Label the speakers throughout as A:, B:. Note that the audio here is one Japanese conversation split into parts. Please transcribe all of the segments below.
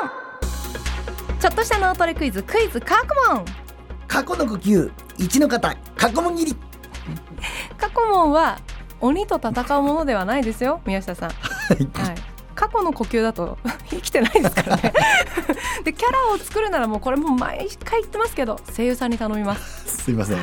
A: モンちょっとした脳トレクイズクイズ過去問
B: 過去の呼吸一の方過去も切り
A: 過去問は鬼と戦うものではないですよ宮下さん、はい、過去の呼吸だと 生きてないですからねでキャラを作るならもうこれもう毎回言ってますけど声優さんに頼みます
B: すいません、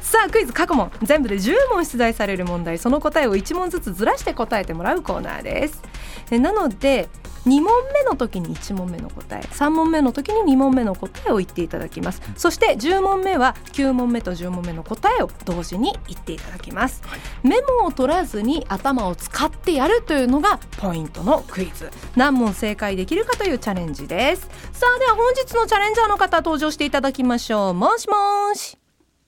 A: さあクイズ過去問全部で10問出題される問題その答えを1問ずつずらして答えてもらうコーナーですえなので2問目の時に1問目の答え3問目の時に2問目の答えを言っていただきますそして10問目は9問目と10問目の答えを同時に言っていただきます、メモを取らずに頭を使ってやるというのがポイントのクイズ何問正解できるかというチャレンジですさあでは本日のチャレンジャーの方登場していただきましょうもしもーし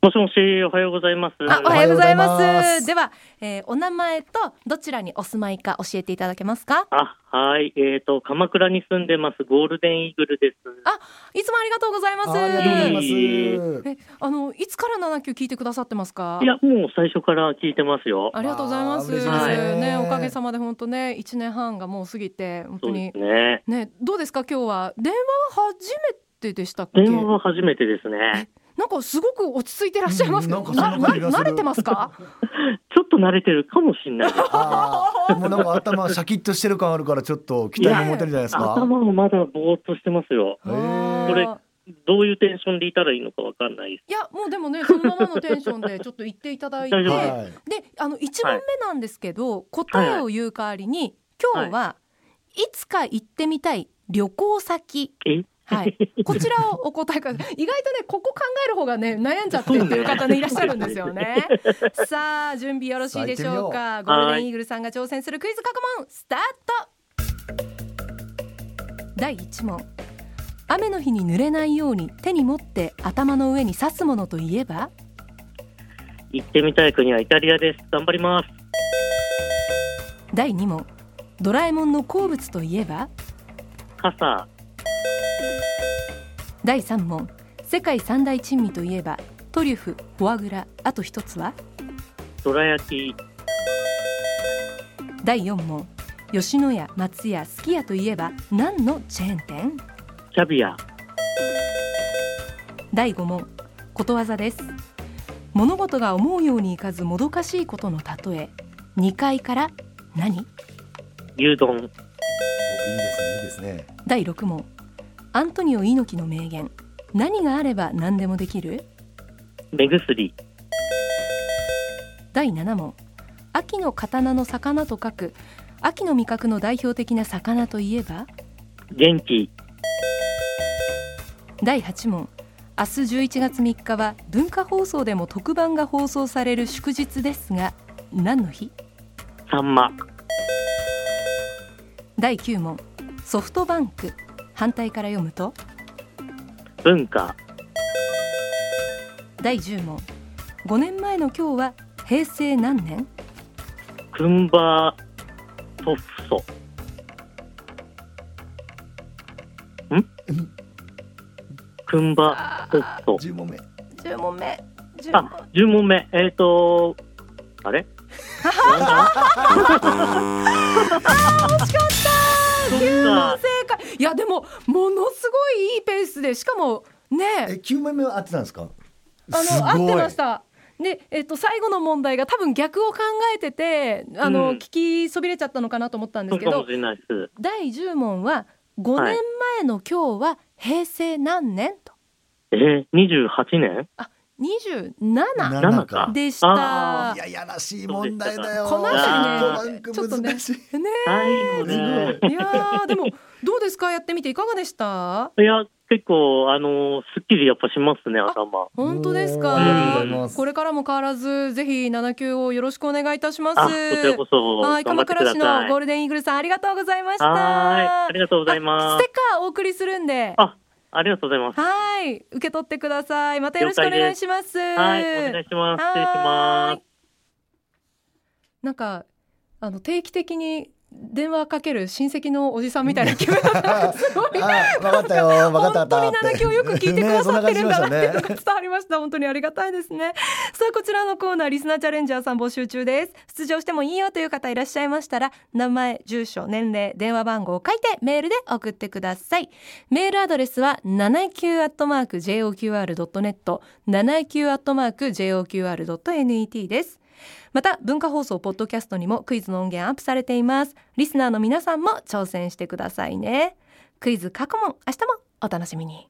C: もしもし、おはようございます。
A: あ、お
B: は
A: は
B: よ
A: よ
B: う
A: う
B: ご
A: ご
B: ざ
A: ざ
B: い
A: い
B: ます
A: ます。では、えーお名前とどちらにお住まいか教えていただけますか。
C: あ、はい。えっ、と、鎌倉に住んでます、ゴールデンイーグルです。
A: いつもありがとうございます。
B: ありがとうございます、
A: え、あのいつから七級聞いてくださってますか。
C: いや、もう最初から聞いてますよ。
A: ありがとうございます。
B: わ
C: あ嬉しいです
B: ね
A: ね、おかげさまで本当ね、一年半がもう過ぎて、本当
C: そう
A: に
C: です。ね。
A: ね、どうですか、今日は電話は初めてでしたっけ。
C: 電話は初めてですね。
A: なんかすごく落ち着いてらっしゃいますけど、
B: うんなんかそんな感じがす
A: 慣
B: る
A: れてますか。
C: ちょっと慣れてるかもしんないです。
B: あーもうなんか頭シャキッとしてる感あるからちょっと期待も持てるじゃないですか。
C: 頭もまだぼーっとしてますよ。
B: へー
C: これどういうテンションでいたらいいのかわかんないです。
A: いやもうでもねそのままのテンションでちょっと言っていただいて、
C: 大丈夫です
B: はい
A: であの1問目なんですけど、答えを言う代わりに今日は、い、つか行ってみたい旅行先
C: え
A: はい、こちらをお答えください意外とねここ考える方がね悩んじゃってっていう方ねいらっしゃるんですよねさあ準備よろしいでしょうかゴ
C: さ
A: ー
C: あ行っ
A: ル
C: てみよう
A: デンイーグルさんが挑戦するクイズ過去問スタート第1問雨の日に濡れないように手に持って頭の上に刺すものといえば
C: 行ってみたい国はイタリアです。頑張ります。
A: 第2問ドラえもんの好物といえば
C: 傘、
A: 第3問世界三大珍味といえばトリュフフォアグラあと一つは
C: どら焼き、
A: 第4問吉野家松屋すき家といえば何のチェーン店
C: キャビア、
A: 第5問ことわざです物事が思うようにいかずもどかしいことの例え2階から何
C: 牛丼、
B: いいですねいいですね。
A: 第6問アントニオ猪木の名言何があれば何でもできる
C: 目薬、
A: 第7問秋の刀の魚と書く秋の味覚の代表的な魚といえば
C: 元気、
A: 第8問明日11月3日は文化放送でも特番が放送される祝日ですが何の日
C: サンマ、
A: 第9問ソフトバンク反対から読むと
C: 文化、
A: 第10問5年前の今日は平成何年
C: クンバートフソ。んクンバートフソ。
B: 十問目。
A: 10問目10
C: あ、10問目。えっ、ー、と、あれなんだ
A: 9問正解いやでもものすごいいいペースでしかもね
B: え九問目は合ってたんですか。
A: あ
B: す
A: の
B: ごい
A: 合ってましたで、えっと、最後の問題が多分逆を考えててあの、
C: うん
A: 聞きそびれちゃったのかなと思ったんで
C: そ
A: す
C: う
A: け
C: かも
A: ど
C: しれないです。
A: 第10問は5年前の今日は平成何年と
C: えー、28年
A: 27
B: 七
C: か
A: でした
C: あ
B: い。ややらしい問題だよ。
A: この
C: 辺
A: りね
B: ソフトバンク難しい。
A: ね
C: 最後
B: すごい
C: ね。
A: いやーでもどうですかやってみていかがでした
C: いや、結構、あのすっきりやっぱしますね、頭。
A: 本当です
B: おーありがとうござ
A: か
B: います。
A: これからも変わらずぜひ7級をよろしくお願いいたします
C: あ、こちらこそ、
A: はい
C: 頑張
A: 鎌
C: ってくだ
A: 倉
C: さ
A: 市
C: い。
A: のゴールデンイーグルさんありがとうございました
C: はーい、ありがとうござい
A: あ
C: ま
A: ス
C: す
A: テ。ッカーお送りするんで
C: あ、ありがとうございます。
A: はい受け取ってくださいまたよろしくお願いします
C: はい、お願いします。失礼し
A: は
C: ま
A: ーいなんかあの定期的に電話かける親戚のおじさんみたいな気分だったのが すごい
B: あ、分かったよ、分かっ
A: 本
B: たった
A: 当に
B: って。
A: 七きをよく聞いてくださってるんだなっていうのが
B: ね
A: 伝わりました。本当にありがたいですね。さあ、こちらのコーナー、リスナーチャレンジャーさん募集中です。出場してもいいよという方いらっしゃいましたら、名前、住所、年齢、電話番号を書いてメールで送ってください。メールアドレスは、79-joqr.net、79-joqr.net です。また文化放送ポッドキャストにもクイズの音源アップされていますリスナーの皆さんも挑戦してくださいねクイズ過去問明日もお楽しみに